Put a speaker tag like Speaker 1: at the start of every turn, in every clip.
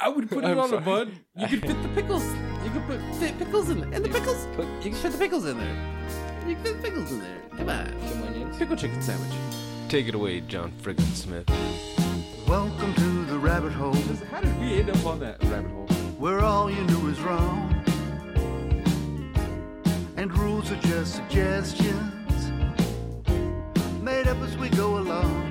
Speaker 1: I would put it
Speaker 2: I'm
Speaker 1: on
Speaker 2: sorry.
Speaker 1: a bud.
Speaker 2: You could fit the pickles. You could put fit pickles in there. And the pickles.
Speaker 3: Put
Speaker 2: You can fit the pickles in there. You can fit the pickles in there. Come on.
Speaker 3: some onions.
Speaker 2: Pickle chicken sandwich.
Speaker 1: Take it away, John Friggin Smith.
Speaker 4: Welcome to the rabbit hole
Speaker 1: How did we end up on that rabbit hole?
Speaker 4: where all you knew is wrong. And rules are just suggestions made up as we go along.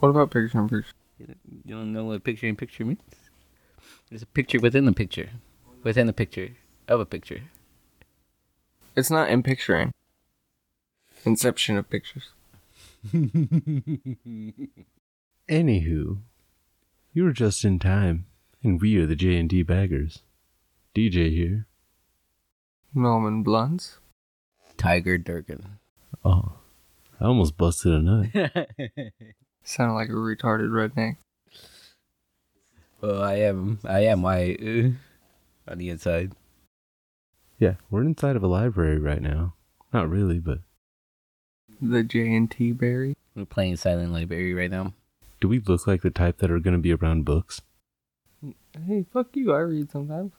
Speaker 5: What about picture in picture?
Speaker 6: You don't know what picture in picture means? There's a picture within the picture, within the picture of a picture.
Speaker 5: It's not in picturing. Inception of pictures.
Speaker 1: Anywho, you're just in time, and we are the J and D Baggers. DJ here.
Speaker 5: Norman Blunts.
Speaker 6: Tiger Durkin.
Speaker 1: Oh, I almost busted a nut.
Speaker 5: Sounded like a retarded redneck.
Speaker 6: well, I am. I am white uh, on the inside.
Speaker 1: yeah, we're inside of a library right now. Not really, but
Speaker 5: The J and T berry.
Speaker 6: We're playing Silent Library right now.
Speaker 1: do we look like the type that are going to be around books?
Speaker 5: Hey, fuck you. I read sometimes.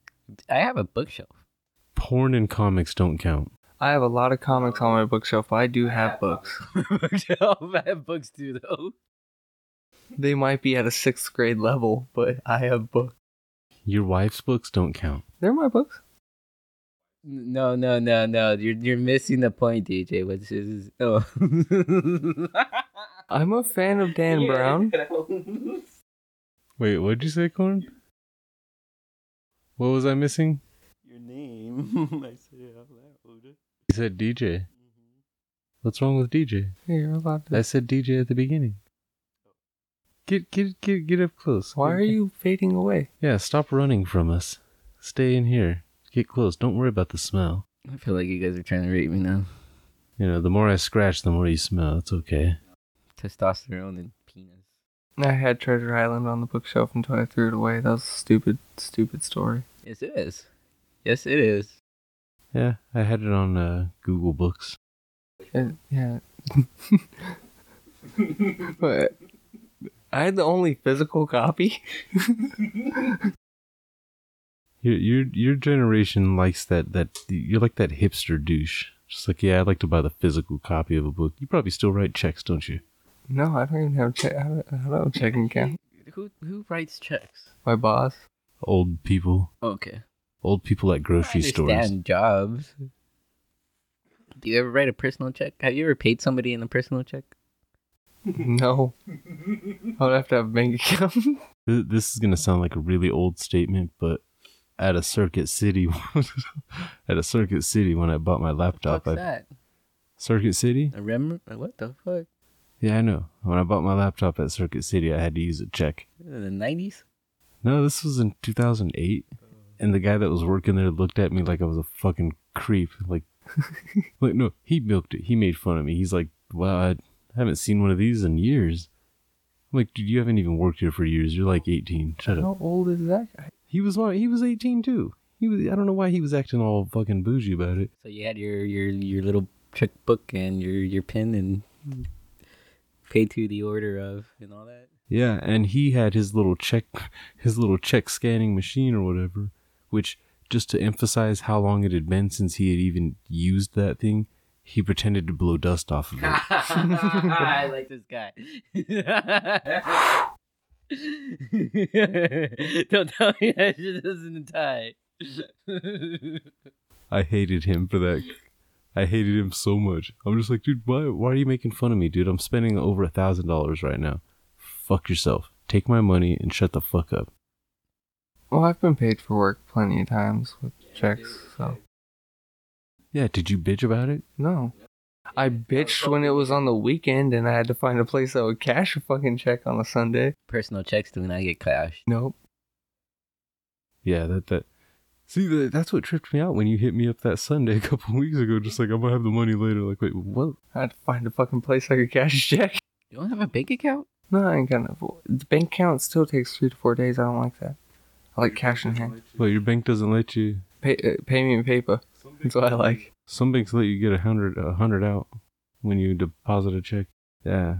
Speaker 6: I have a bookshelf.
Speaker 1: Porn and comics don't count.
Speaker 5: I have a lot of comics on my bookshelf. But I do have books.
Speaker 6: bookshelf. I have books too, though.
Speaker 5: They might be at a sixth grade level, but I have books.
Speaker 1: Your wife's books don't count.
Speaker 5: They're my books.
Speaker 6: No, no, no, no. You're you're missing the point, DJ. Which is oh.
Speaker 5: I'm a fan of Dan Brown.
Speaker 1: Wait, what'd you say, Corn? What was I missing?
Speaker 6: Your name. I said it out loud.
Speaker 1: You said DJ. What's wrong with DJ?
Speaker 5: Hey, you're allowed to.
Speaker 1: I said DJ at the beginning. Get get get get up close.
Speaker 5: Why are you fading away?
Speaker 1: Yeah, stop running from us. Stay in here. Get close. Don't worry about the smell.
Speaker 6: I feel like you guys are trying to rape me now.
Speaker 1: You know, the more I scratch, the more you smell. It's okay.
Speaker 6: Testosterone and penis.
Speaker 5: I had Treasure Island on the bookshelf until I threw it away. That was a stupid, stupid story.
Speaker 6: Yes, it is. Yes, it is.
Speaker 1: Yeah, I had it on uh, Google Books.
Speaker 5: It- Uh, yeah. but I had the only physical copy.
Speaker 1: Your your your generation likes that that you're like that hipster douche. Just like yeah, I'd like to buy the physical copy of a book. You probably still write checks, don't you?
Speaker 5: No, I don't even have che- I don't I don't have a checking account.
Speaker 6: Who who writes checks?
Speaker 5: My boss.
Speaker 1: Old people,
Speaker 6: Okay.
Speaker 1: old people at grocery
Speaker 6: I
Speaker 1: stores.
Speaker 6: understand jobs. Do you ever write a personal check? Have you ever paid somebody in a personal check?
Speaker 5: No, I would have to have a bank account.
Speaker 1: Th- This is gonna sound like a really old statement, but at a Circuit City, at a Circuit City when I bought my laptop,
Speaker 6: What's
Speaker 1: I,
Speaker 6: that?
Speaker 1: Circuit City.
Speaker 6: A rem? What the fuck?
Speaker 1: Yeah, I know. When I bought my laptop at Circuit City, I had to use a check.
Speaker 6: In the nineties?
Speaker 1: No, this was in 2008, and the guy that was working there looked at me like I was a fucking creep. Like, like no, he milked it. He made fun of me. He's like, "Wow, I haven't seen one of these in years." I'm like, "Dude, you haven't even worked here for years. You're like 18. Shut up."
Speaker 5: How old is that guy?
Speaker 1: He was one. He was 18 too. He was. I don't know why he was acting all fucking bougie about it.
Speaker 6: So you had your your your little check book and your your pen and pay to the order of and all that.
Speaker 1: Yeah, and he had his little check his little check scanning machine or whatever, which just to emphasize how long it had been since he had even used that thing, he pretended to blow dust off of it.
Speaker 6: I like this guy. Don't tell me that shit doesn't tie.
Speaker 1: I hated him for that. I hated him so much. I'm just like, dude, why, why are you making fun of me, dude? I'm spending over a thousand dollars right now. Fuck yourself. Take my money and shut the fuck up.
Speaker 5: Well, I've been paid for work plenty of times with checks, so
Speaker 1: Yeah, did you bitch about it?
Speaker 5: no. I bitched when it was on the weekend and I had to find a place that would cash a fucking check on a Sunday.
Speaker 6: Personal checks do not get cashed.
Speaker 5: Nope.
Speaker 1: Yeah, that that. See, that, that's what tripped me out when you hit me up that Sunday a couple weeks ago. Just like I'm gonna have the money later. Like, wait, what?
Speaker 5: I had to find a fucking place I could cash a check.
Speaker 6: You don't have a bank account?
Speaker 5: No, I ain't gonna. The bank account still takes three to four days. I don't like that. I like cash in hand.
Speaker 1: Well, your bank doesn't let you.
Speaker 5: Pay, uh, pay me in paper. That's what I like.
Speaker 1: Some banks let you get a hundred a hundred out when you deposit a check. Yeah,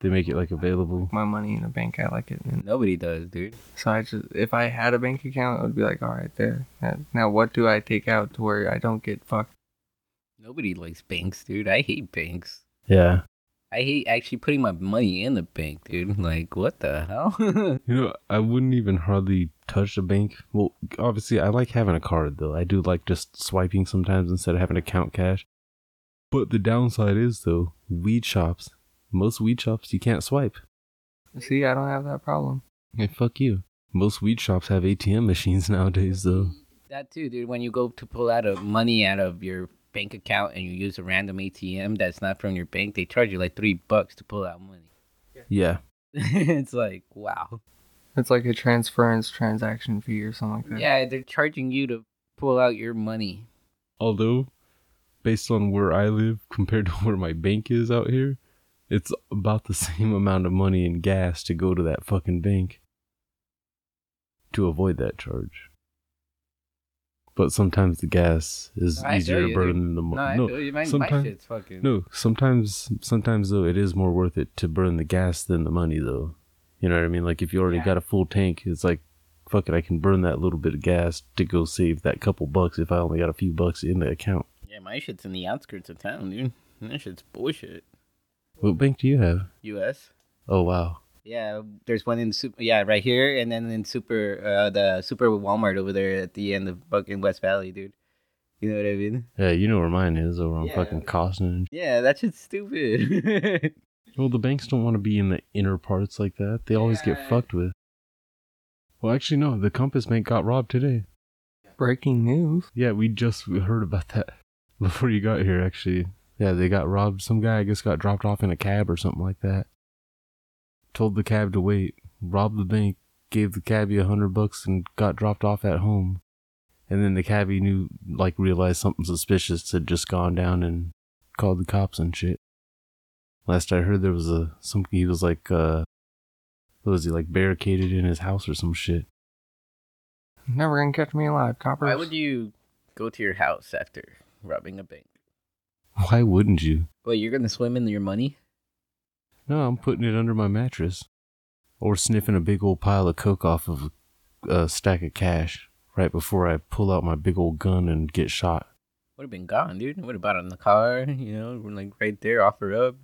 Speaker 1: they make it like available.
Speaker 5: My money in a bank, I like it. And
Speaker 6: Nobody does, dude.
Speaker 5: so I just, if I had a bank account, I would be like, all right, there. Now- Now, what do I take out to where I don't get fucked?
Speaker 6: Nobody likes banks, dude. I hate banks.
Speaker 1: Yeah.
Speaker 6: I hate actually putting my money in the bank, dude. Like, what the hell?
Speaker 1: You know, I wouldn't even hardly touch a bank. Well, obviously, I like having a card though. I do like just swiping sometimes instead of having to count cash. But the downside is though, weed shops. Most weed shops you can't swipe.
Speaker 5: See, I don't have that problem.
Speaker 1: Hey, fuck you. Most weed shops have ATM machines nowadays, though.
Speaker 6: that too, dude. When you go to pull out of money out of your bank account and you use a random ATM that's not from your bank, they charge you like three bucks to pull out money.
Speaker 1: Yeah.
Speaker 6: it's like, wow.
Speaker 5: It's like a transference transaction fee or something like that.
Speaker 6: Yeah, they're charging you to pull out your money.
Speaker 1: Although, based on where I live compared to where my bank is out here, it's about the same amount of money and gas to go to that fucking bank to avoid that charge. But sometimes the gas is
Speaker 6: I
Speaker 1: easier
Speaker 6: feel
Speaker 1: to
Speaker 6: you,
Speaker 1: burn
Speaker 6: dude.
Speaker 1: than the money.
Speaker 6: No, I
Speaker 1: no,
Speaker 6: feel you. My, my
Speaker 1: sometimes
Speaker 6: shit's fucking.
Speaker 1: no, sometimes sometimes though it is more worth it to burn the gas than the money though. You know what I mean? Like if you already got a full tank, it's like fuck it, I can burn that little bit of gas to go save that couple bucks if I only got a few bucks in the account.
Speaker 6: Yeah, my shit's in the outskirts of town, dude. That shit's bullshit.
Speaker 1: What bank do you have?
Speaker 6: U.S.
Speaker 1: Oh wow.
Speaker 6: Yeah, there's one in super. Yeah, right here, and then in super, uh, the super Walmart over there at the end of fucking West Valley, dude. You know what I mean?
Speaker 1: Yeah, you know where mine is over on
Speaker 6: Yeah.
Speaker 1: fucking Costin.
Speaker 6: Yeah, that shit's stupid.
Speaker 1: Well, the banks don't want to be in the inner parts like that. They always get
Speaker 6: Yeah.
Speaker 1: fucked with. Well, actually, no. The Compass Bank got robbed today.
Speaker 5: Breaking news.
Speaker 1: Yeah, we just we heard about that before you got here, actually. Yeah, they got robbed. Some guy, I guess, got dropped off in a cab or something like that. Told the cab to wait, robbed the bank, gave the cabbie a hundred bucks, and got dropped off at home. And then the cabbie knew, like, realized something suspicious had just gone down and called the cops and shit. Last I heard, there was a some he was like, uh, what was he like barricaded in his house or some shit?
Speaker 5: Never gonna catch me alive, coppers.
Speaker 6: Why would you go to your house after robbing a bank?
Speaker 1: Why wouldn't you?
Speaker 6: Well, you're gonna swim in your money.
Speaker 1: No, I'm putting it under my mattress. Or sniffing a big old pile of coke off of a stack of cash right before I pull out my big old gun and get shot.
Speaker 6: Would have been gone, dude. Would have bought it in the car. You know, we're like right there, offer up.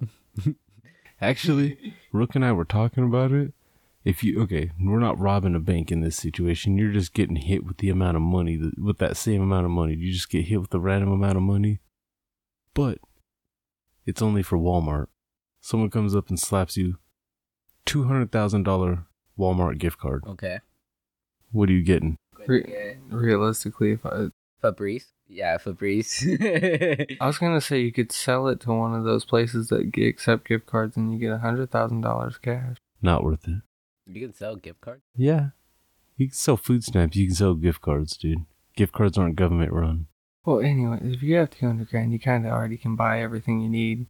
Speaker 1: Actually, Rook and I were talking about it. If you okay, we're not robbing a bank in this situation. You're just getting hit with the amount of money that, with that same amount of money. You just get hit with the random amount of money. But it's only for Walmart. Someone comes up and slaps you two hundred thousand dollar Walmart gift card.
Speaker 6: Okay.
Speaker 1: What are you getting?
Speaker 5: Re- realistically, if I,
Speaker 6: Fabrice. Yeah, Fabrice.
Speaker 5: I was gonna say you could sell it to one of those places that g- accept gift cards, and you get a hundred thousand dollars cash.
Speaker 1: Not worth it.
Speaker 6: you can sell gift cards.
Speaker 1: Yeah. You can sell food stamps. You can sell gift cards, dude. Gift cards aren't government run.
Speaker 5: Well, anyway, if you have two hundred grand, you kind of already can buy everything you need,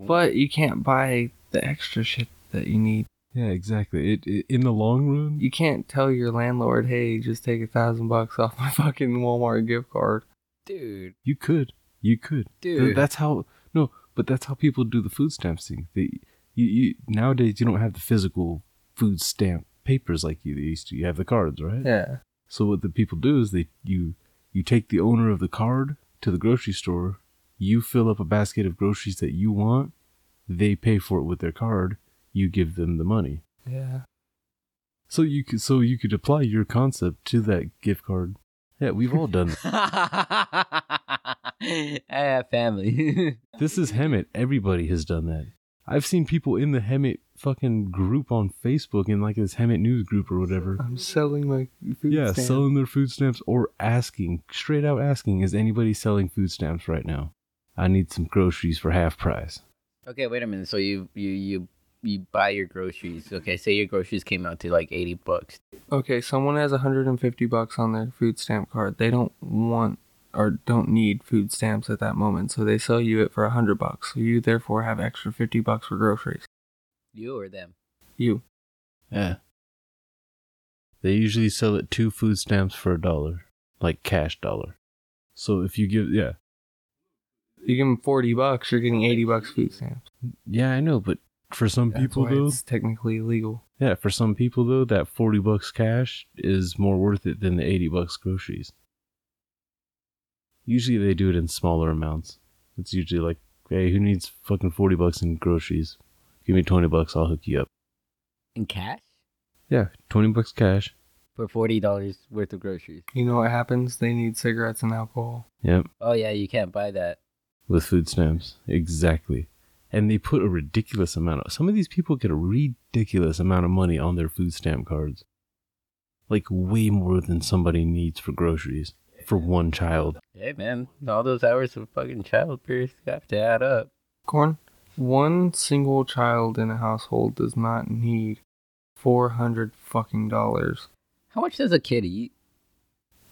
Speaker 5: but you can't buy the extra shit that you need.
Speaker 1: Yeah, exactly. It, it in the long run.
Speaker 5: You can't tell your landlord, "Hey, just take a thousand bucks off my fucking Walmart gift card."
Speaker 6: dude,
Speaker 1: You could. You could. Th-
Speaker 6: Dude.
Speaker 1: That's how no, but that's how people do the food stamps thing. They you, you nowadays you don't have the physical food stamp papers like you used to. You have the cards, right?
Speaker 5: Yeah,
Speaker 1: So what the people do is they you you take the owner of the card to the grocery store, you fill up a basket of groceries that you want, they pay for it with their card, you give them the money.
Speaker 5: yeah.
Speaker 1: So you could so you could apply your concept to that gift card. Yeah, we've all done. it.
Speaker 6: I have family.
Speaker 1: this is Hemet. Everybody has done that. I've seen people in the Hemet fucking group on Facebook in like this Hemet news group or whatever.
Speaker 5: I'm selling my food
Speaker 1: yeah,
Speaker 5: stamp.
Speaker 1: selling their food stamps or asking, straight out asking, is anybody selling food stamps right now? I need some groceries for half price.
Speaker 6: okay, wait a minute. So you you you you buy your groceries. Okay, say your groceries came out to like eighty bucks.
Speaker 5: Okay, someone has 150 bucks on their food stamp card. They don't want or don't need food stamps at that moment, so they sell you it for 100 bucks. So you therefore have extra 50 bucks for groceries.
Speaker 6: You or them?
Speaker 5: You.
Speaker 1: Yeah. They usually sell it two food stamps for a dollar, like cash dollar. So if you give, yeah,
Speaker 5: You give them 40 bucks, you're getting 80 bucks food stamps.
Speaker 1: yeah, I know, but for some
Speaker 5: That's
Speaker 1: people
Speaker 5: why
Speaker 1: though,
Speaker 5: it's technically illegal.
Speaker 1: yeah, for some people though, that forty bucks cash is more worth it than the eighty bucks groceries. Usually they do it in smaller amounts. It's usually like, hey, who needs fucking forty bucks in groceries? Give me twenty bucks, I'll hook you up.
Speaker 6: In cash
Speaker 1: Yeah, twenty bucks cash.
Speaker 6: for forty dollars worth of groceries.
Speaker 5: You know what happens? They need cigarettes and alcohol.
Speaker 1: Yep.
Speaker 6: Oh yeah, you can't buy that.
Speaker 1: with food stamps. Exactly. And they put a ridiculous amount of some of these people get a ridiculous amount of money on their food stamp cards. Like way more than somebody needs for groceries for one child.
Speaker 6: Hey man, all those hours of fucking childbirth have to add up.
Speaker 5: Corn, one single child in a household does not need 400 fucking dollars,
Speaker 6: How much does a kid eat?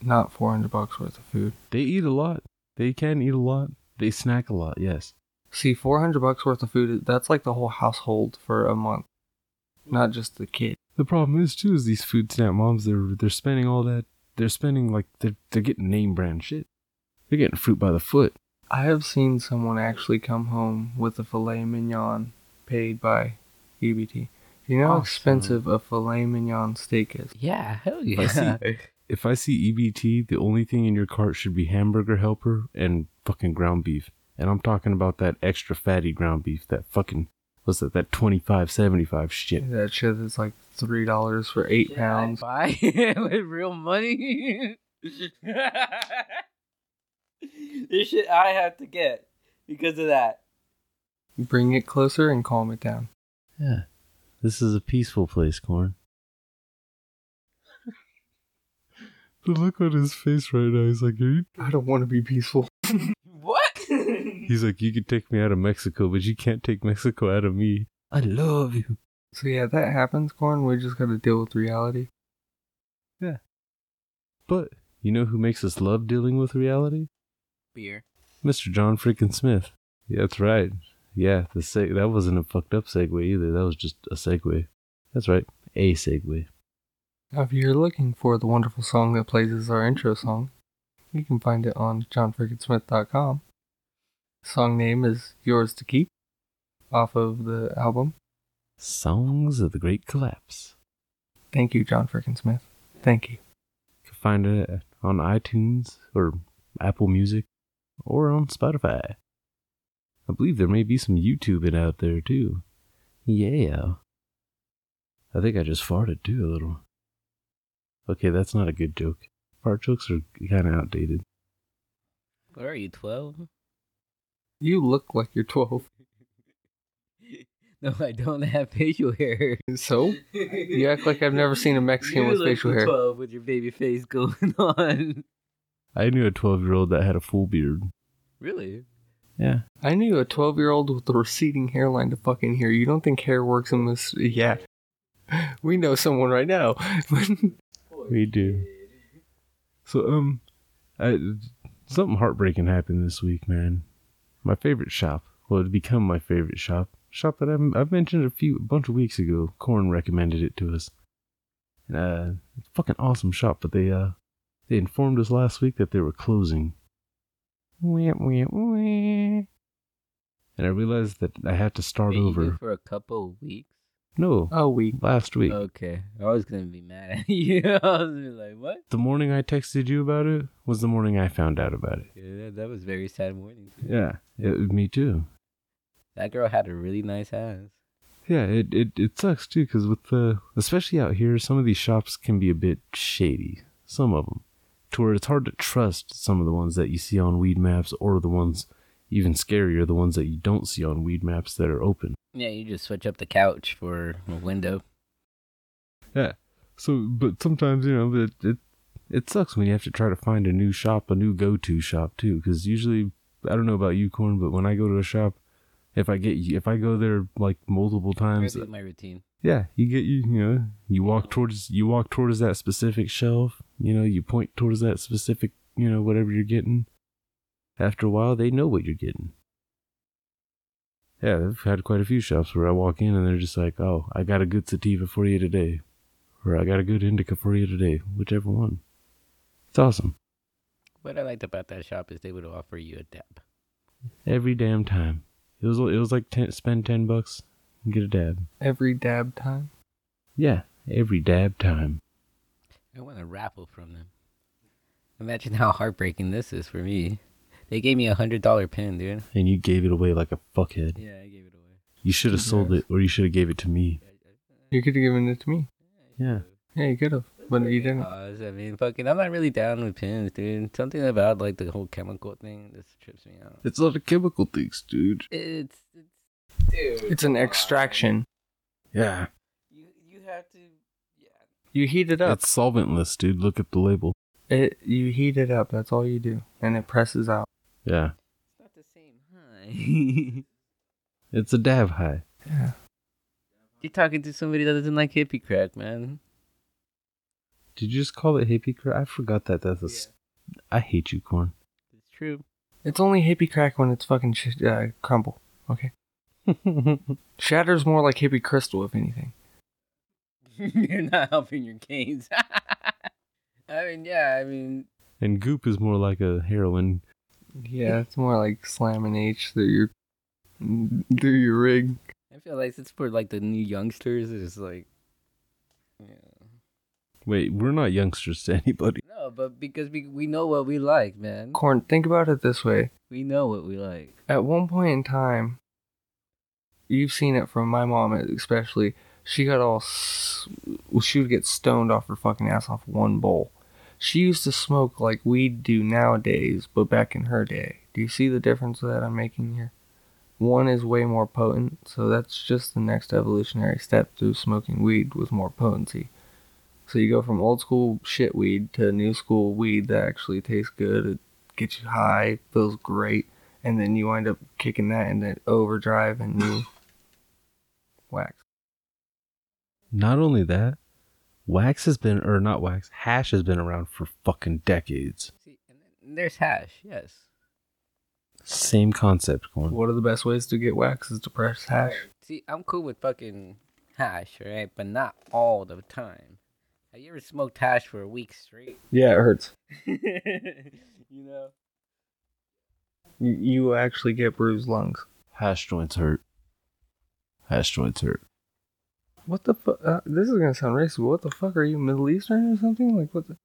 Speaker 5: not 400 bucks worth of food.
Speaker 1: They eat a lot. They can eat a lot. They snack a lot, yes.
Speaker 5: See, 400 bucks worth of food, that's like the whole household for a month, not just the kid.
Speaker 1: The problem is too is these food stamp moms they're they're spending all that they're spending like they're they're getting name brand shit. They're getting fruit by the foot.
Speaker 5: I have seen someone actually come home with a filet mignon paid by EBT. You know how
Speaker 1: Awesome.
Speaker 5: expensive a filet mignon steak is?
Speaker 6: Yeah, hell
Speaker 1: I
Speaker 6: yeah.
Speaker 1: If I see EBT, the only thing in your cart should be hamburger helper and fucking ground beef. And I'm talking about that extra fatty ground beef, that fucking what's that, that twenty five seventy five shit.
Speaker 5: That shit is like $3 for 8
Speaker 6: Should I
Speaker 5: pounds.
Speaker 6: Buy it with real money. this shit I have to get because of that.
Speaker 5: Bring it closer and calm it down.
Speaker 1: Yeah. This is a peaceful place, Corn. the look on his face right now, he's like, Are you
Speaker 5: I don't want to be peaceful.
Speaker 6: What?
Speaker 1: He's like, You can take me out of Mexico, but you can't take Mexico out of me. I love you.
Speaker 5: So yeah, that happens, Corn. We just got to deal with reality.
Speaker 1: But you know who makes us love dealing with reality?
Speaker 6: Beer.
Speaker 1: Mr. John Freakin' Smith. Yeah, that's right. Yeah, the seg- that wasn't a fucked up segue either. That was just a segue. That's right, a segue.
Speaker 5: Now, if you're looking for the wonderful song that plays as our intro song, you can find it on johnfrickinsmith.com. Song name is Yours to Keep off of the album.
Speaker 1: Songs of the Great Collapse.
Speaker 5: Thank you, John Frickin' Smith. Thank you.
Speaker 1: You can find it on iTunes or Apple Music or on Spotify. I believe there may be some YouTubing out there too. Yeah. I think I just farted too a little. Okay, that's not a good joke. Fart jokes are kind of outdated.
Speaker 6: What are you, 12?
Speaker 5: You look like you're 12.
Speaker 6: No, I don't have facial hair.
Speaker 5: So? You act like I've never seen a Mexican
Speaker 6: You
Speaker 5: with
Speaker 6: look
Speaker 5: facial hair.
Speaker 6: 12 with your baby face going on.
Speaker 1: I knew a 12 year old that had a full beard.
Speaker 6: Really?
Speaker 1: Yeah.
Speaker 5: I knew a 12 year old with a receding hairline to fucking hear. You don't think hair works in this? Yeah. We know someone right now.
Speaker 1: We do. So, um, I, something heartbreaking happened this week, man. My favorite shop, well, it become my favorite shop, shop that I've, I've mentioned a few, a bunch of weeks ago. Corn recommended it to us. And, uh, it's a fucking awesome shop, but they, uh, they informed us last week that they were closing. Wah, wah, wah. And I realized that I had to start
Speaker 6: Wait, you
Speaker 1: over.
Speaker 6: do For a couple of weeks?
Speaker 1: No,
Speaker 5: oh, we.
Speaker 1: last week.
Speaker 6: Okay. I was going to be mad at you. I was gonna be like, what?
Speaker 1: the morning I texted you about it was the morning I found out about it.
Speaker 6: Yeah, that- that was very sad morning.
Speaker 1: Yeah, it, me too.
Speaker 6: That girl had a really nice ass.
Speaker 1: Yeah, it, it, it sucks too because with the especially out here, some of these shops can be a bit shady. Some of them, to where it's hard to trust some of the ones that you see on weed maps, or the ones even scarier, the ones that you don't see on weed maps that are open.
Speaker 6: Yeah, you just switch up the couch for a window.
Speaker 1: Yeah. So, but sometimes you know, it it, it sucks when you have to try to find a new shop, a new go-to shop too, because usually I don't know about you, Corn, but when I go to a shop, if I get if I go there like multiple
Speaker 6: I
Speaker 1: times,
Speaker 6: do my routine.
Speaker 1: yeah, you get you you know you walk towards you walk towards that specific shelf, you know, you point towards that specific you know whatever you're getting. After a while, they know what you're getting. Yeah, I've had quite a few shops where I walk in and they're just like, "Oh, I got a good sativa for you today," or "I got a good indica for you today," whichever one. It's awesome
Speaker 6: What I liked about that shop is they would offer you a dab.
Speaker 1: every damn time. It was it was like ten, spend ten bucks and get a dab.
Speaker 5: Every dab time.
Speaker 1: Yeah, every dab time.
Speaker 6: I want a raffle from them. Imagine how heartbreaking this is for me. They gave me a hundred dollar pin, dude.
Speaker 1: And you gave it away like a fuckhead.
Speaker 6: Yeah, I gave it away.
Speaker 1: You should have sold it, or you should have gave it to me.
Speaker 5: You could have given it to me.
Speaker 1: Yeah.
Speaker 5: Yeah, you could have, but you didn't.
Speaker 6: Cause, I mean, fucking, I'm not really down with pins, dude. Something about like the whole chemical thing this trips me out.
Speaker 1: It's a lot of chemical things, dude.
Speaker 6: It's, it's dude.
Speaker 5: It's an extraction.
Speaker 1: Yeah.
Speaker 6: You you have to.
Speaker 5: You heat it up.
Speaker 1: It's solventless, dude. Look at the label.
Speaker 5: It you heat it up. That's all you do, and it presses out.
Speaker 1: Yeah.
Speaker 6: It's not the same, huh?
Speaker 1: It's a dab high.
Speaker 5: Yeah.
Speaker 6: You're talking to somebody that doesn't like hippie crack, man.
Speaker 1: Did you just call it hippie crack? I forgot that. That's a. s- I hate you, corn.
Speaker 6: It's true.
Speaker 5: It's only hippie crack when it's fucking sh- uh, crumble. Okay. Shatter's more like hippie crystal, if anything.
Speaker 6: You're not helping your case. I mean, yeah. I mean,
Speaker 1: And goop is more like a heroin.
Speaker 5: Yeah, it's more like slamming H through your through your rig.
Speaker 6: I feel like it's for like the new youngsters. It's like, yeah.
Speaker 1: Wait, we're not youngsters to anybody.
Speaker 6: No, but because we we know what we like, man.
Speaker 5: Corn. Think about it this way:
Speaker 6: We know what we like.
Speaker 5: at one point in time, you've seen it from my mom, especially. She got all. S- well, she would get stoned off her fucking ass off one bowl. She used to smoke like we do nowadays, but back in her day. Do you see the difference that I'm making here? One is way more potent, so that's just the next evolutionary step to smoking weed with more potency. So you go from old school shit weed to new school weed that actually tastes good, it gets you high, feels great and then you wind up kicking that in that overdrive and you wax.
Speaker 1: Not only that, wax has been, or not wax, hash has been around for fucking decades.
Speaker 6: See, and then there's hash. Yes.
Speaker 1: Same concept, corn.
Speaker 5: One of the best ways to get wax is to press hash.
Speaker 6: See, I'm cool with fucking hash, right? But not all the time. Have you ever smoked hash for a week straight?
Speaker 5: Yeah, it hurts.
Speaker 6: you know.
Speaker 5: You, you actually get bruised lungs.
Speaker 1: Hash joints hurt. Hash joints hurt.
Speaker 5: What the fuck? Uh, this is gonna sound racist. but What the fuck are you Middle Eastern or something? Like what the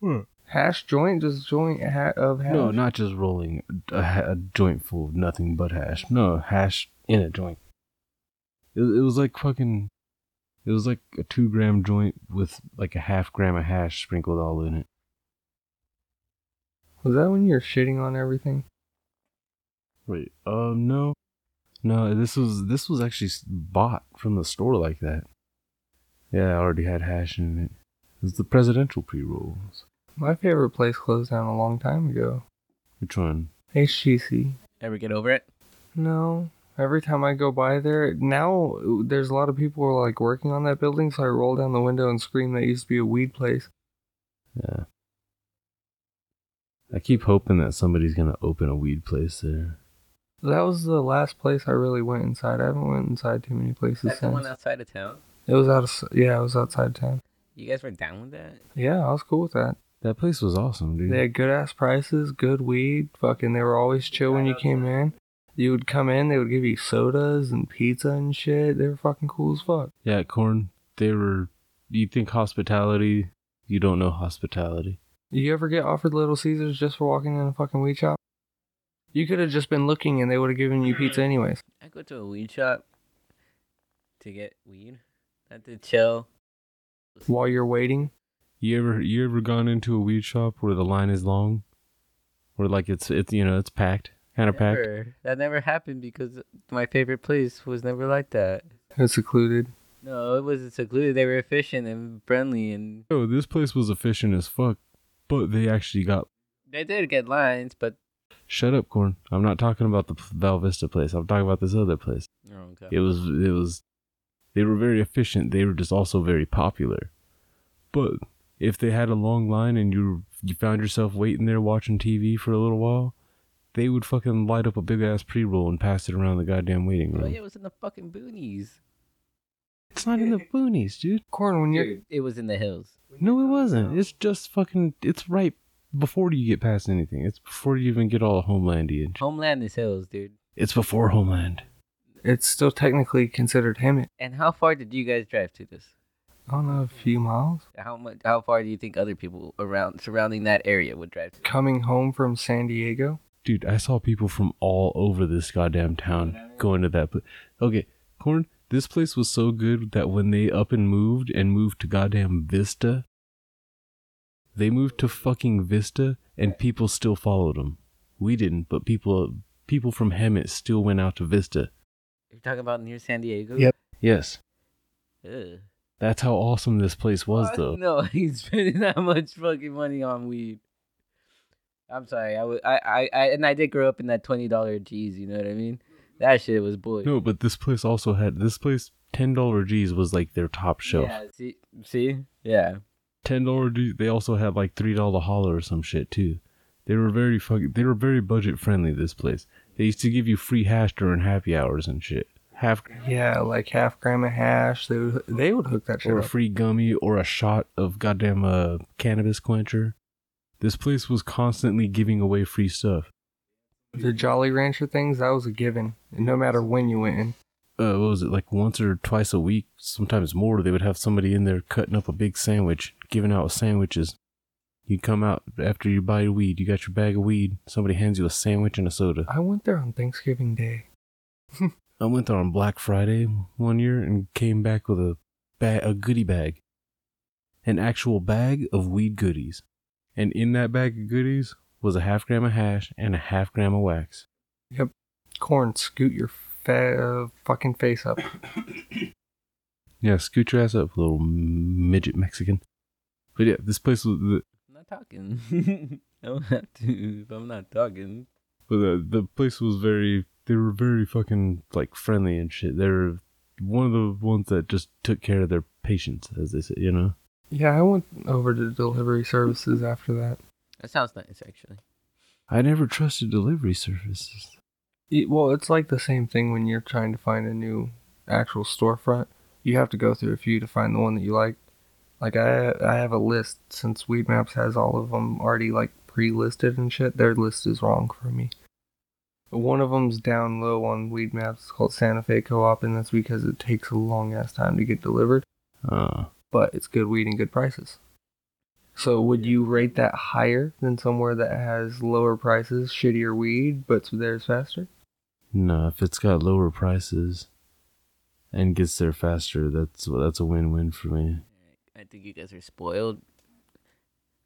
Speaker 5: Hmm. hash joint? Just joint ha- of hash.
Speaker 1: No, not just rolling a, ha- a joint full of nothing but hash. No, hash in a joint. It, it was like fucking. It was like a two gram joint with like a half gram of hash sprinkled all in it.
Speaker 5: Was that when you were shitting on everything?
Speaker 1: Wait, um, no, no. This was this was actually s- bought from the store like that. Yeah, I already had hash in it. It was the presidential pre rolls.
Speaker 5: My favorite place closed down a long time ago.
Speaker 1: Which one?
Speaker 5: HGC.
Speaker 6: Ever get over it?
Speaker 5: No. Every time I go by there, now there's a lot of people who are like working on that building, so I roll down the window and scream that used to be a weed place.
Speaker 1: Yeah. I keep hoping that somebody's gonna open a weed place there.
Speaker 5: That was the last place I really went inside. I haven't went inside too many places
Speaker 6: That's the
Speaker 5: since.
Speaker 6: one outside of town.
Speaker 5: It was out of yeah, it was outside town.
Speaker 6: You guys were down with that?
Speaker 5: Yeah, I was cool with that.
Speaker 1: That place was awesome, dude.
Speaker 5: They had good ass prices, good weed. Fucking, they were always chill when you came in. You would come in, they would give you sodas and pizza and shit. They were fucking cool as fuck.
Speaker 1: yeah, corn. They were. You think hospitality? You don't know hospitality.
Speaker 5: You ever get offered Little Caesars just for walking in a fucking weed shop? You could have just been looking and they would have given you pizza anyways.
Speaker 6: I go to a weed shop to get weed, not to chill.
Speaker 5: While you're waiting,
Speaker 1: You ever you ever gone into a weed shop where the line is long, where like it's it's you know it's packed, kind of packed.
Speaker 6: Never. That never happened because my favorite place was never like that.
Speaker 5: it's secluded.
Speaker 6: No, it wasn't secluded. They were efficient and friendly, and
Speaker 1: Oh, this place was efficient as fuck, but they actually got.
Speaker 6: they did get lines, but
Speaker 1: Shut up, corn. I'm not talking about the Val Vista place. I'm talking about this other place.
Speaker 6: oh, okay.
Speaker 1: It was it was they were very efficient. They were just also very popular. But if they had a long line and you you found yourself waiting there watching TV for a little while, they would fucking light up a big ass pre roll and pass it around the goddamn waiting
Speaker 6: Oh
Speaker 1: room.
Speaker 6: yeah, it was in the fucking boonies.
Speaker 1: It's not in the boonies, dude.
Speaker 5: Corn, when you're
Speaker 6: It was in the hills.
Speaker 1: No, it wasn't. It's just fucking. It's right before you get past anything. It's before you even get all homelandian.
Speaker 6: Homeland is hills, dude.
Speaker 1: It's before homeland.
Speaker 5: it's still technically considered Hemet.
Speaker 6: And how far did you guys drive to this?
Speaker 5: I don't know, a few miles.
Speaker 6: How much? How far do you think other people around surrounding that area would drive? To?
Speaker 5: Coming home from San Diego,
Speaker 1: Dude, I saw people from all over this goddamn town going to that place. Okay, Corn, this place was so good that when they up and moved and moved to goddamn Vista, they moved to fucking Vista and people still followed them. We didn't, but people people from Hemet still went out to Vista.
Speaker 6: You're talking about near San Diego.
Speaker 5: Yep.
Speaker 1: Yes.
Speaker 6: Ugh.
Speaker 1: That's how awesome this place was,
Speaker 6: Uh,
Speaker 1: though.
Speaker 6: No, he's spending that much fucking money on weed. I'm sorry. I was. I, I. I. And I did grow up in that twenty dollar G's. You know what I mean? That shit was bullshit.
Speaker 1: No, but this place also had this place. Ten dollar G's was like their top shelf.
Speaker 6: Yeah. See. See. Yeah.
Speaker 1: ten dollar dude they also had like three dollar holler or some shit too they were very fuck. they were very budget friendly this place they used to give you free hash during happy hours and shit half
Speaker 5: yeah, like half gram of hash. They would, they would hook that shit
Speaker 1: or a
Speaker 5: up.
Speaker 1: free gummy or a shot of goddamn uh, cannabis quencher this place was constantly giving away free stuff
Speaker 5: the Jolly Rancher things, that was a given. No matter when you went in,
Speaker 1: uh, what was it like once or twice a week sometimes more they would have somebody in there cutting up a big sandwich giving out sandwiches you come out after you buy your weed you got your bag of weed somebody hands you a sandwich and a soda
Speaker 5: I went there on Thanksgiving Day.
Speaker 1: I went there on Black Friday one year and came back with a ba- a goodie bag, an actual bag of weed goodies, and in that bag of goodies was a half gram of hash and a half gram of wax.
Speaker 5: Yep. Corn, scoot your fa- uh, fucking face up.
Speaker 1: Yeah, scoot your ass up, little midget Mexican. But yeah, this place was the,
Speaker 6: I'm not talking. I don't have to. If I'm not talking.
Speaker 1: but the the place was very they were very fucking like friendly and shit. They were one of the ones that just took care of their patients, as they say, you know.
Speaker 5: Yeah, I went over to delivery services after that.
Speaker 6: That sounds nice, actually.
Speaker 1: I never trusted delivery services.
Speaker 5: It, well, it's like the same thing when you're trying to find a new actual storefront. You have to go through a few to find the one that you like. Like I, I have a list since Weed Maps has all of them already like pre-listed and shit. Their list is wrong for me. One of them's down low on Weed Maps. It's called Santa Fe Co-op, and that's because it takes a long ass time to get delivered.
Speaker 1: Uh,
Speaker 5: but it's good weed and good prices. So would you rate that higher than somewhere that has lower prices, shittier weed, but theirs faster?
Speaker 1: No, if it's got lower prices and gets there faster, that's that's a win-win for me.
Speaker 6: I think you guys are spoiled.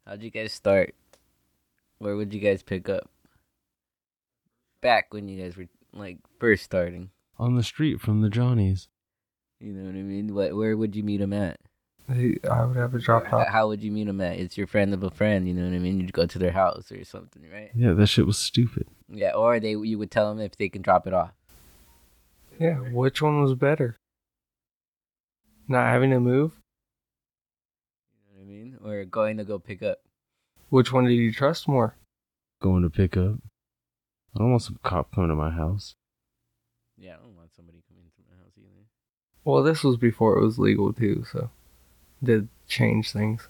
Speaker 6: How'd you guys start? Where would you guys pick up? Back when you guys were like first starting.
Speaker 1: On the street from the Johnnies.
Speaker 6: You know what I mean? What? Where would you meet him at?
Speaker 5: They- I would have a drop
Speaker 6: How,
Speaker 5: top.
Speaker 6: how would you meet him at? It's your friend of a friend. You know what I mean? You'd go to their house or something, right?
Speaker 1: Yeah, that shit was stupid.
Speaker 6: Yeah. Or they, you would tell them if they can drop it off.
Speaker 5: Yeah, which one was better? Not having to move?
Speaker 6: You know what I mean? Or going to go pick up.
Speaker 5: Which one did you trust more?
Speaker 1: Going to pick up. I don't want some cop coming to my house.
Speaker 6: Yeah, I don't want somebody coming to my house either.
Speaker 5: Well, this was before it was legal too, so did change things.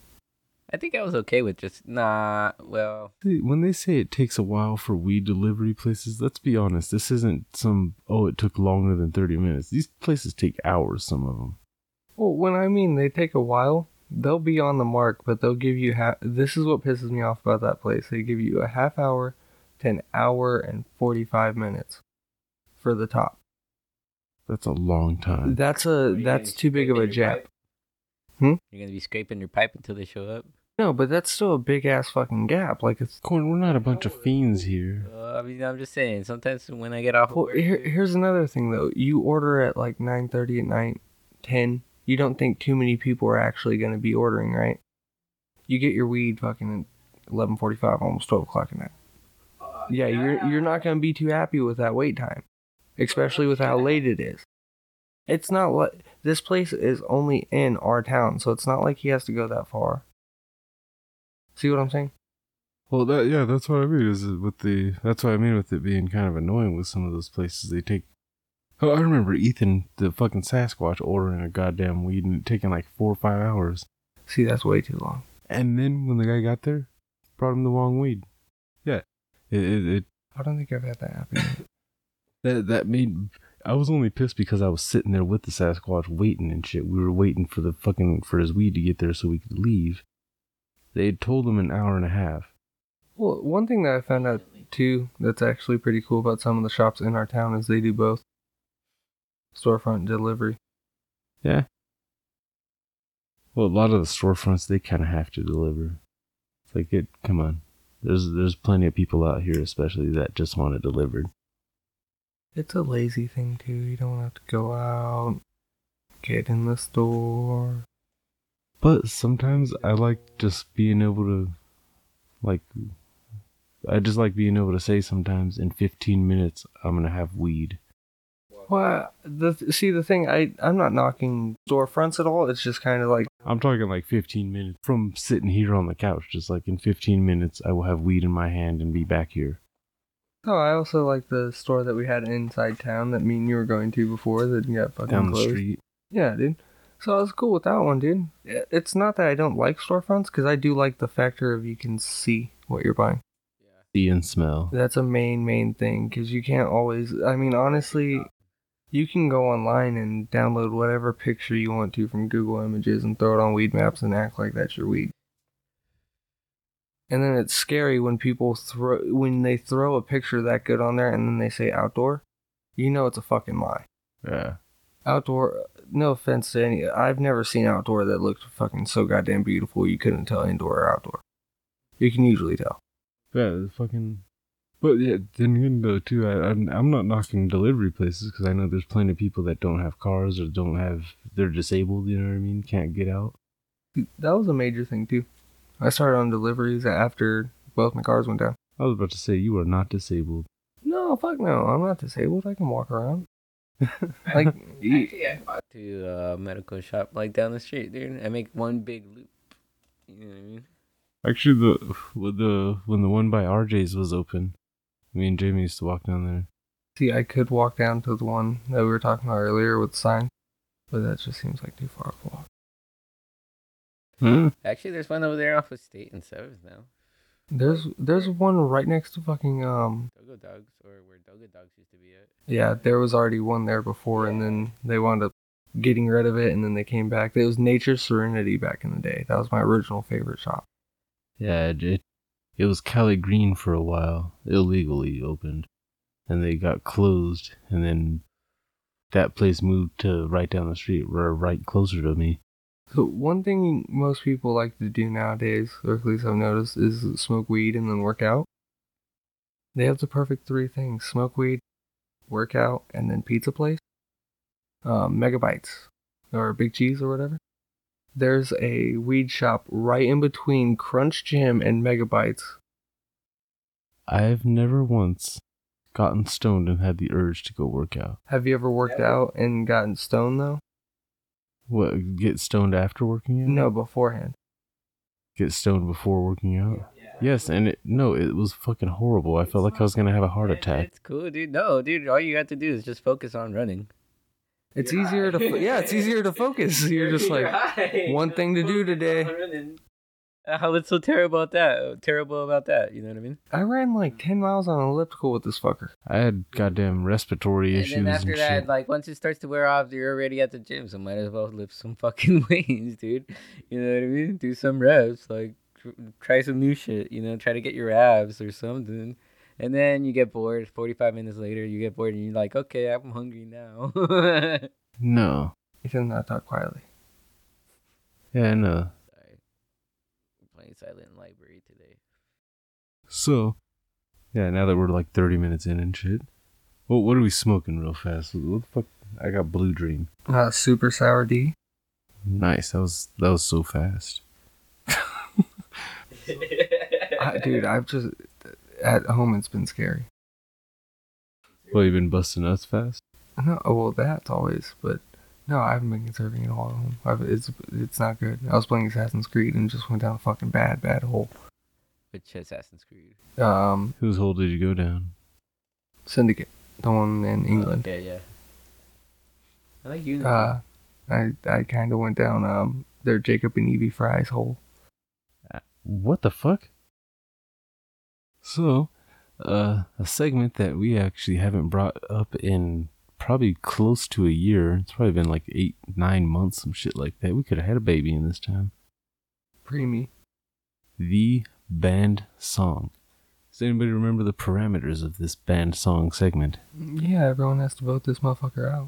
Speaker 6: I think I was okay with just nah. Well,
Speaker 1: See, When they say it takes a while for weed delivery places, let's be honest. This isn't some oh it took longer than thirty minutes. These places take hours. Some of them.
Speaker 5: Well, when I mean they take a while, they'll be on the mark, but they'll give you half. This is what pisses me off about that place. They give you a half hour to an hour and 45 minutes for the top.
Speaker 1: That's a long time.
Speaker 5: That's a
Speaker 6: you
Speaker 5: that's
Speaker 6: guys
Speaker 5: too big of a
Speaker 6: scraping your
Speaker 5: jap.
Speaker 6: pipe?
Speaker 5: Hmm?
Speaker 6: You're gonna be scraping your pipe until they show up.
Speaker 5: No, but that's still a big ass fucking gap. Like it's
Speaker 1: Corn, we're not a bunch of fiends here.
Speaker 6: Uh, I mean, I'm just saying. Sometimes when I get off, of
Speaker 5: Well,
Speaker 6: work,
Speaker 5: here,
Speaker 6: dude,
Speaker 5: here's another thing though. You order at like 9:30 at night, 10. You don't think too many people are actually going to be ordering, right? You get your weed fucking at 11:45, almost 12 o'clock at night. Yeah, you're you're not going to be too happy with that wait time, especially with how late it is. It's not like this place is only in our town, so it's not like he has to go that far. See what I'm saying?
Speaker 1: Well, that yeah, that's what I mean. Is it with the that's what I mean with it being kind of annoying with some of those places. They take. Oh, I remember Ethan, the fucking Sasquatch, ordering a goddamn weed and it taking like four or five hours.
Speaker 5: See, that's way too long.
Speaker 1: And then when the guy got there, brought him the wrong weed. Yeah, it it, it
Speaker 5: I don't think I've had that happen. yet.
Speaker 1: that that made. I was only pissed because I was sitting there with the Sasquatch waiting and shit. We were waiting for the fucking for his weed to get there so we could leave. They had told him an hour and a half.
Speaker 5: Well, one thing that I found out too that's actually pretty cool about some of the shops in our town is they do both storefront delivery.
Speaker 1: Yeah. Well, a lot of the storefronts they kind of have to deliver. It's like it. Come on, there's there's plenty of people out here, especially that just want it delivered.
Speaker 5: It's a lazy thing too. You don't have to go out, get in the store.
Speaker 1: But sometimes I like just being able to, like, I just like being able to say sometimes in 15 minutes I'm gonna have weed.
Speaker 5: Well, the see the thing I I'm not knocking storefronts at all. It's just kind of like
Speaker 1: I'm talking like 15 minutes from sitting here on the couch. Just like in 15 minutes I will have weed in my hand and be back here.
Speaker 5: oh I also like the store that we had inside town that me and you were going to before that got fucking
Speaker 1: Down the
Speaker 5: closed.
Speaker 1: street.
Speaker 5: Yeah, dude. So I was cool with that one, dude. It- It's not that I don't like storefronts because I do like the factor of you can see what you're buying.
Speaker 1: See and smell.
Speaker 5: That's a main main thing because you can't always. I mean, honestly, you can go online and download whatever picture you want to from Google Images and throw it on Weed Maps and act like that's your weed. And then it's scary when people throw when they throw a picture that good on there and then they say outdoor. You know it's a fucking lie.
Speaker 1: Yeah.
Speaker 5: Outdoor. No offense to any. I've never seen outdoor that looked fucking so goddamn beautiful you couldn't tell indoor or outdoor. You can usually tell.
Speaker 1: Yeah, the fucking. But yeah, then again though too, I, I'm I'm not knocking delivery places because I know there's plenty of people that don't have cars or don't have they're disabled. You know what I mean? Can't get out.
Speaker 5: that was a major thing too. I started on deliveries after both my cars went down.
Speaker 1: I was about to say you are not disabled.
Speaker 5: No, fuck no. I'm not disabled. I can walk around. like, you,
Speaker 6: to uh, a medical shop like down the street, dude. I make one big loop. You know what I mean?
Speaker 1: Actually, the with the when the one by RJ's was open, me and Jamie used to walk down there.
Speaker 5: see, I could walk down to the one that we were talking about earlier with the sign, but that just seems like too far of a walk.
Speaker 6: Actually, there's one over there off of State and Seventh now.
Speaker 5: There's there's one right next to fucking um
Speaker 6: Dogo Dogs, or where Dogo Dogs used to be at.
Speaker 5: yeah there was already one there before and then they wound up getting rid of it and then they came back. It was Nature Serenity back in the day. That was my original favorite shop.
Speaker 1: Yeah, it it, it was Cali Green for a while, illegally opened, and they got closed, and then that place moved to right down the street, or right closer to me.
Speaker 5: So one thing most people like to do nowadays, or at least I've noticed, is smoke weed and then work out. They have the perfect three things: smoke weed, work out, and then pizza place. Um, megabytes or Big Cheese or whatever. There's a weed shop right in between Crunch Gym and Megabytes.
Speaker 1: I've never once gotten stoned and had the urge to go work out.
Speaker 5: Have you ever worked out and gotten stoned though?
Speaker 1: What, get stoned after working out?
Speaker 5: No, beforehand.
Speaker 1: Get stoned before working out? Yes, and it, no, it was fucking horrible. I felt like I was going to have a heart attack.
Speaker 6: It's cool, dude. No, dude. All you have to do is just focus on running.
Speaker 5: It's easier to fo- yeah, it's easier to focus. You're just like one thing to do today.
Speaker 6: Uh, How what's so terrible about that? uh, Terrible about that? You know what I mean?
Speaker 5: I ran like 10 miles on an elliptical with this fucker.
Speaker 1: I had goddamn respiratory
Speaker 6: And
Speaker 1: issues
Speaker 6: then after
Speaker 1: and
Speaker 6: that,
Speaker 1: shit.
Speaker 6: like once it starts to wear off, you're already at the gym, so might as well lift some fucking weights, dude. You know what I mean? Do some reps, like tr- try some new shit. You know, try to get your abs or something. And then you get bored. 45 minutes later, you get bored and you're like, okay, I'm hungry now.
Speaker 1: No.
Speaker 5: He does not talk quietly.
Speaker 1: Yeah, no.
Speaker 6: Sorry. We're playing Silent Library today.
Speaker 1: So, yeah, now that we're like 30 minutes in and shit. Well, what are we smoking real fast? What the fuck? I got Blue Dream.
Speaker 5: Uh, super sour D.
Speaker 1: Nice. That was that was so fast.
Speaker 5: I, dude, I've just at home. It's been scary.
Speaker 1: Well, you've been busting us fast.
Speaker 5: No, oh, well, that's always. But no, I haven't been conserving at all at home. I've, it's it's not good. I was playing Assassin's Creed and just went down a fucking bad, bad hole.
Speaker 6: Which Assassin's Creed.
Speaker 5: Um,
Speaker 1: Whose hole did you go down?
Speaker 5: Syndicate, the one in England.
Speaker 6: Yeah, yeah. I like you.
Speaker 5: Uh, I I kind of went down um their Jacob and Evie Fry's hole.
Speaker 1: What the fuck? So, uh, a segment that we actually haven't brought up in probably close to a year. It's probably been like eight, nine months, some shit like that. We could have had a baby in this time.
Speaker 5: Preemie.
Speaker 1: The band song. Does anybody remember the parameters of this band song segment?
Speaker 5: Yeah, everyone has to vote this motherfucker out.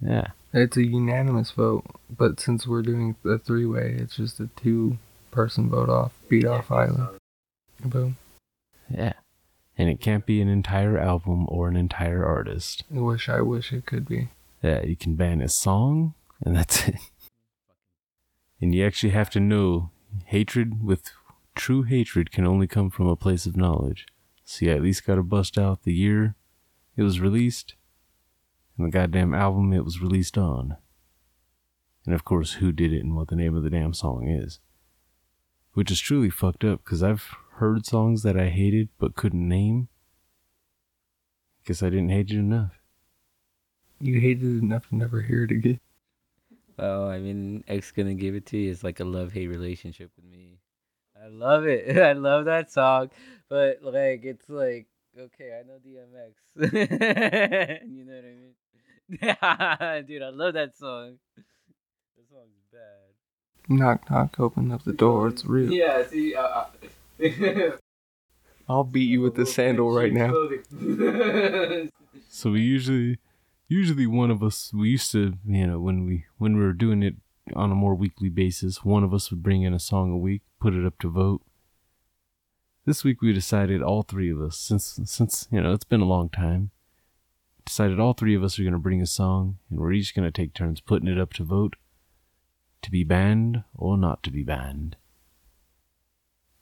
Speaker 1: Yeah.
Speaker 5: It's a unanimous vote, but since we're doing a three way, it's just a two person vote off, beat off island. Boom.
Speaker 1: Yeah. And it can't be an entire album or an entire artist.
Speaker 5: I wish I wish it could be.
Speaker 1: Yeah, you can ban a song, and that's it. And you actually have to know hatred with true hatred can only come from a place of knowledge. So you at least got to bust out the year it was released and the goddamn album it was released on. And of course, who did it and what the name of the damn song is. Which is truly fucked up because I've heard songs that I hated but couldn't name. Guess I didn't hate it enough.
Speaker 5: You hated it enough to never hear it again.
Speaker 6: Well, Oh, I mean, X gonna give it to you. It's like a love hate relationship with me. I love it. I love that song, but like, it's like, okay, I know DMX. you know what I mean? Dude, I love that song. That song's bad.
Speaker 5: Knock knock, open up the door. It's real.
Speaker 6: Yeah, see, uh, uh,
Speaker 5: I'll beat you with the sandal right now.
Speaker 1: So we usually, usually one of us, we used to, you know, when we when we were doing it on a more weekly basis, one of us would bring in a song a week, put it up to vote. This week we decided all three of us, since since you know it's been a long time, decided all three of us are gonna bring a song, and we're each gonna take turns putting it up to vote, to be banned or not to be banned.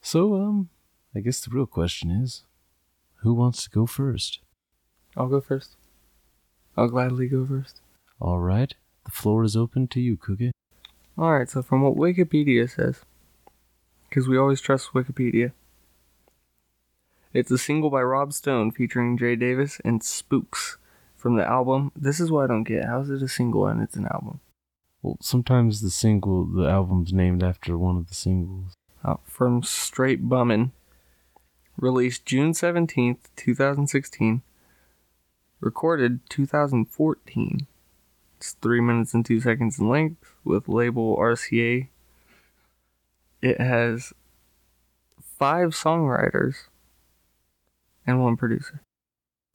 Speaker 1: So um, I guess the real question is, who wants to go first?
Speaker 5: I'll go first. I'll gladly go first.
Speaker 1: All right, the floor is open to you, Cookie.
Speaker 5: All right. So from what Wikipedia says, because we always trust Wikipedia. It's a single by Rob Stone featuring Jay Davis and Spooks from the album. This is what I don't get. How is it a single and it's an album?
Speaker 1: Well, sometimes the single, the album's named after one of the singles.
Speaker 5: uh, from Straight Bummin, released June 17th, 2016, recorded 2014. It's 3 minutes and 2 seconds in length with label RCA. It has 5 songwriters and 1 producer.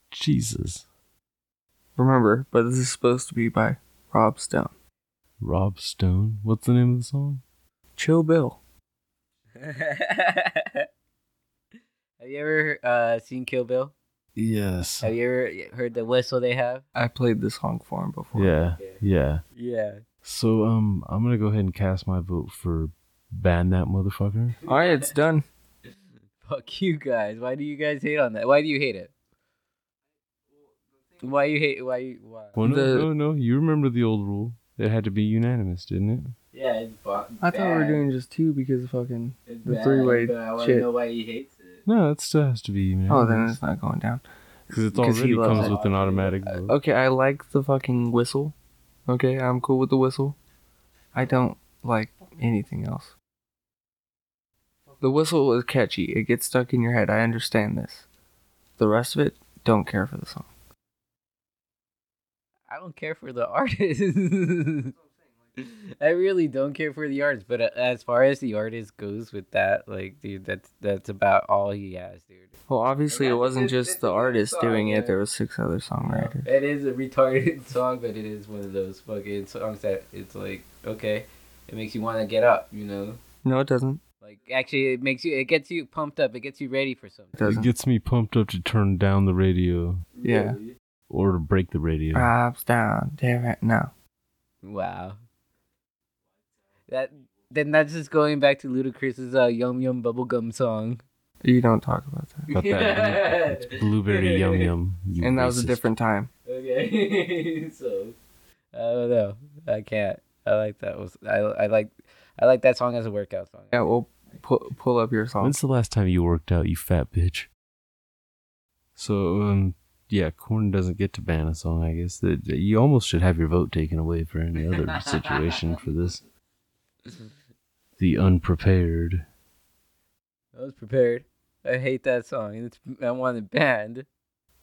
Speaker 1: Jesus,
Speaker 5: Remember, but this is supposed to be by Rob Stone.
Speaker 1: Rob Stone. What's the name of the song?
Speaker 5: Chill Bill.
Speaker 6: Have you ever uh, seen Kill Bill?
Speaker 1: Yes.
Speaker 6: Have you ever heard the whistle they have?
Speaker 5: I played this song for him before.
Speaker 1: Yeah, yeah.
Speaker 6: Yeah.
Speaker 1: So um, I'm gonna go ahead and cast my vote for ban that motherfucker.
Speaker 5: All right, it's done.
Speaker 6: Fuck you guys. Why do you guys hate on that? Why do you hate it? Why you hate? Why? You, why?
Speaker 1: Well, Oh, no,
Speaker 5: The-
Speaker 1: no, no. You remember the old rule? It had to be unanimous, didn't it?
Speaker 6: Yeah, it's bad.
Speaker 5: I thought we were doing just two because of fucking the three-way
Speaker 6: But I wanna
Speaker 5: shit.
Speaker 6: know why he hates it.
Speaker 1: No, it still has to be unanimous.
Speaker 5: Oh, then it's not going down.
Speaker 1: because it's
Speaker 5: 'cause
Speaker 1: already
Speaker 5: he loves
Speaker 1: comes
Speaker 5: it.
Speaker 1: with an automatic vote.
Speaker 5: Okay, I like the fucking whistle. Okay, I'm cool with the whistle. I don't like anything else. The whistle is catchy. It gets stuck in your head. I understand this. The rest of it, don't care for the song.
Speaker 6: I don't care for the artist. I really don't care for the artist, but a- as far as the artist goes with that, like, dude, that's that's about all he has, dude.
Speaker 5: Well, obviously, it
Speaker 6: Yeah,
Speaker 5: wasn't
Speaker 6: it's-
Speaker 5: just
Speaker 6: it's
Speaker 5: the
Speaker 6: a good
Speaker 5: artist
Speaker 6: song,
Speaker 5: doing
Speaker 6: yeah.
Speaker 5: it. There was six other songwriters.
Speaker 6: It is a retarded song, but it is one of those fucking songs that it's like, okay, it makes you want to get up, you know?
Speaker 5: No, it doesn't.
Speaker 6: Like, actually, it makes you, it gets you pumped up, it gets you ready for something.
Speaker 5: It doesn't.
Speaker 1: It gets me pumped up to turn down the radio
Speaker 5: Yeah.
Speaker 1: or to break the radio.
Speaker 5: Rob's down there right now.
Speaker 6: Wow. That then that's just going back to Ludacris's uh, Yum Yum Bubblegum song.
Speaker 5: You don't talk about that.
Speaker 1: Got that blue- it's blueberry yum yum. you
Speaker 5: and that was a
Speaker 1: racist.
Speaker 5: different time.
Speaker 6: Okay, so I don't know. I can't. I like that was I I like I like that song as a workout song.
Speaker 5: Yeah, we'll pull, pull up your song.
Speaker 1: When's the last time you worked out, you fat bitch? So, um, yeah, Corn doesn't get to ban a song, I guess. That that You almost should have your vote taken away for any other situation for this. The unprepared.
Speaker 6: I was prepared. I hate that song. It's, I want it banned.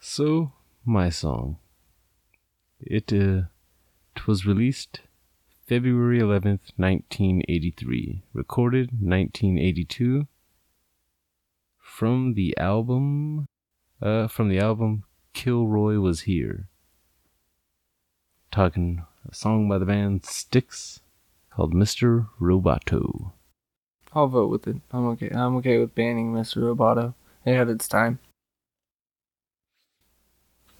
Speaker 1: So, my song. It, uh, 'twas released February 11th, 1983. Recorded 1982. From the album, uh, from the album Kilroy Was Here. Talking a song by the band Styx called Mr. Roboto.
Speaker 5: I'll vote with it. I'm okay. I'm okay with banning Mr. Roboto. It had its time.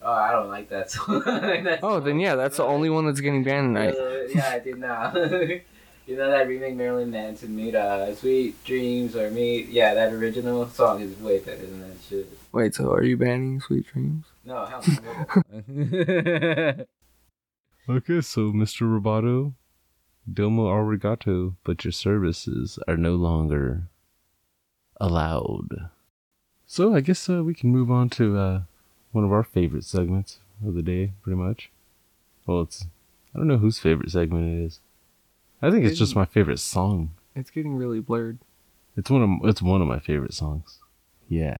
Speaker 6: Oh, I don't like that song. That
Speaker 5: Oh, then
Speaker 6: song
Speaker 5: yeah, that's the
Speaker 6: sucks.
Speaker 5: only one that's getting banned tonight.
Speaker 6: Uh, yeah, I did not. you know that remake Marilyn Manson made, uh, "Sweet Dreams" or me. Yeah, that original song is way better than that shit.
Speaker 5: Wait, so are you banning Sweet Dreams?
Speaker 6: No, hell no.
Speaker 1: Okay, so Mr. Roboto, Domo Arigato, but your services are no longer allowed. So I guess uh, we can move on to uh, one of our favorite segments of the day, pretty much. Well, it's I don't know whose favorite segment it is. I think it's just my favorite song.
Speaker 5: It's getting really blurred.
Speaker 1: It's one of it's one of my favorite songs. Yeah.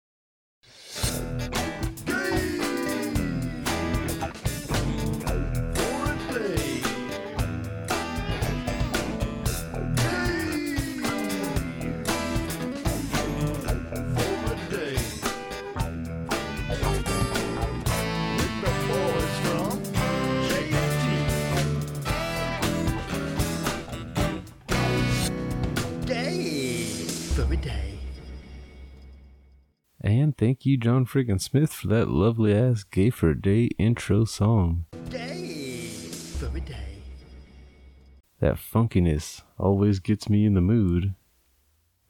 Speaker 1: And thank you, John Friggin Smith, for that lovely ass Gay for a Day intro song. That funkiness always gets me in the mood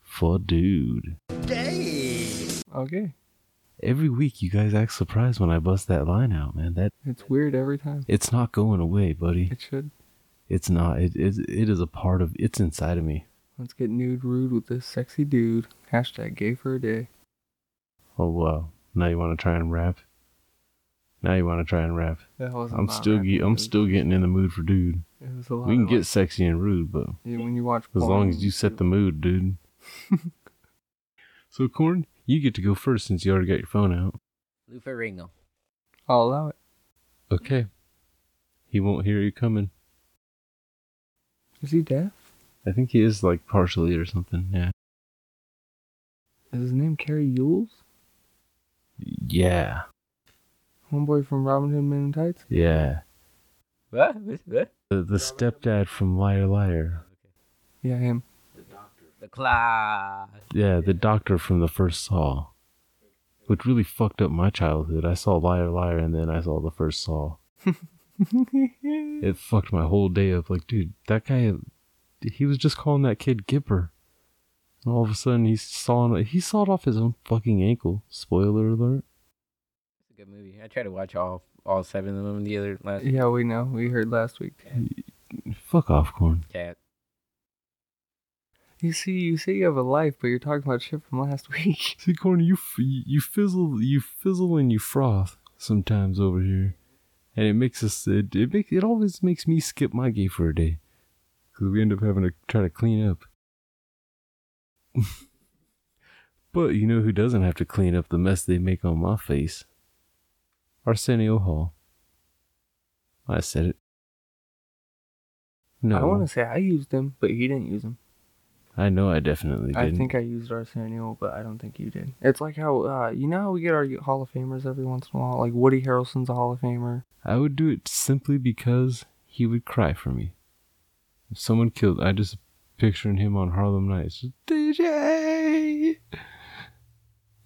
Speaker 1: for dude.
Speaker 5: Okay.
Speaker 1: Every week you guys act surprised when I bust that line out, man. That
Speaker 5: It's weird every time.
Speaker 1: it's not going away, buddy.
Speaker 5: It should.
Speaker 1: It's not. It is it is a part of it's inside of me.
Speaker 5: Let's get nude rude with this sexy dude. Hashtag gay for a day.
Speaker 1: Oh wow. Now you wanna try and rap? Now you wanna try and rap.
Speaker 5: That wasn't
Speaker 1: I'm
Speaker 5: my
Speaker 1: still
Speaker 5: rap,
Speaker 1: ge-
Speaker 5: it
Speaker 1: I'm
Speaker 5: was-
Speaker 1: still getting in the mood for dude.
Speaker 5: It was a lot
Speaker 1: We can
Speaker 5: of
Speaker 1: get sexy and rude, but
Speaker 5: like- yeah, when you watch.
Speaker 1: As
Speaker 5: porn,
Speaker 1: long as you set the mood, dude. so, Corn, you get to go first since you already got your phone out.
Speaker 6: Lufa Ringo.
Speaker 5: I'll allow it.
Speaker 1: Okay. He won't hear you coming.
Speaker 5: Is he deaf?
Speaker 1: I think he is like partially or something. Yeah.
Speaker 5: Is his name Carrie Yules?
Speaker 1: Yeah.
Speaker 5: Homeboy from Robin Hood Men in Tights?
Speaker 1: Yeah.
Speaker 6: What? What? What?
Speaker 1: The, the stepdad from Liar Liar.
Speaker 5: Yeah, him.
Speaker 6: The claw.
Speaker 1: Yeah, the doctor from the first Saw. Which really fucked up my childhood. I saw Liar Liar and then I saw the first Saw. It fucked my whole day up. Like, dude, that guy, he was just calling that kid Gipper. And all of a sudden, he saw he sawed off his own fucking ankle. Spoiler alert.
Speaker 6: It's a good movie. I tried to watch all all seven of them the other last
Speaker 5: yeah, we know. We heard last week.
Speaker 1: Fuck off, corn.
Speaker 6: cat.
Speaker 5: You see, you say you have a life, but you're talking about shit from last week.
Speaker 1: See, corn, you f- you fizzle, you fizzle and you froth sometimes over here, and it makes us it it makes it always makes me skip my gay for a day, because we end up having to try to clean up. but you know who doesn't have to clean up the mess they make on my face? Arsenio Hall. I said it. No,
Speaker 5: I want to say I used him, but he didn't use him.
Speaker 1: I know I definitely
Speaker 5: I
Speaker 1: didn't.
Speaker 5: think I used Arsenio, but I don't think you did. It's like how uh, you know how we get our Hall of Famers every once in a while. Like Woody Harrelson's a Hall of Famer.
Speaker 1: I would do it simply because he would cry for me. If someone killed, I just picturing him on Harlem Nights, just, DJ,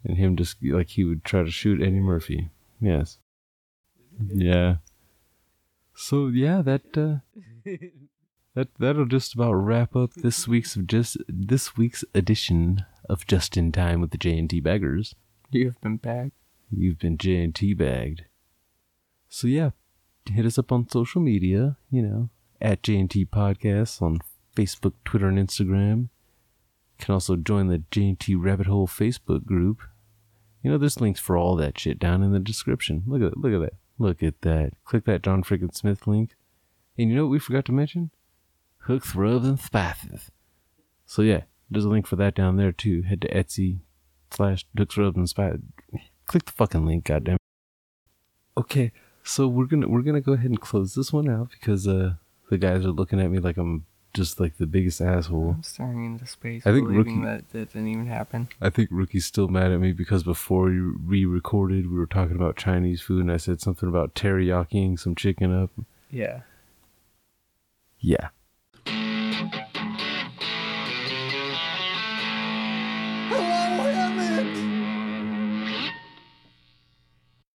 Speaker 1: and him just like he would try to shoot Eddie Murphy. Yes, yeah. So yeah, that uh, that that'll just about wrap up this week's of just this week's edition of Just in Time with the J and T Baggers.
Speaker 5: You have been back.
Speaker 1: You've been J and T bagged. So yeah, hit us up on social media, you know, at J&T Podcasts on Facebook, Twitter, and Instagram. You can also join the J&T Rabbit Hole Facebook group. You know, there's links for all that shit down in the description. Look at that. Look at that. Look at that. Click that John Frickin' Smith link. And you know what we forgot to mention? Hooks, rubs, and spices. So yeah, there's a link for that down there too. Head to Etsy slash hooks, rubs, and spices. Click the fucking link, goddamn. Okay, so we're gonna we're gonna go ahead and close this one out because uh the guys are looking at me like I'm just like the biggest asshole.
Speaker 5: I'm staring into space,
Speaker 1: I think
Speaker 5: believing
Speaker 1: rookie-
Speaker 5: that that didn't even happen.
Speaker 1: I think Rookie's still mad at me because before we re-recorded, we were talking about Chinese food, and I said something about teriyaki-ing some chicken up.
Speaker 5: Yeah.
Speaker 1: Yeah,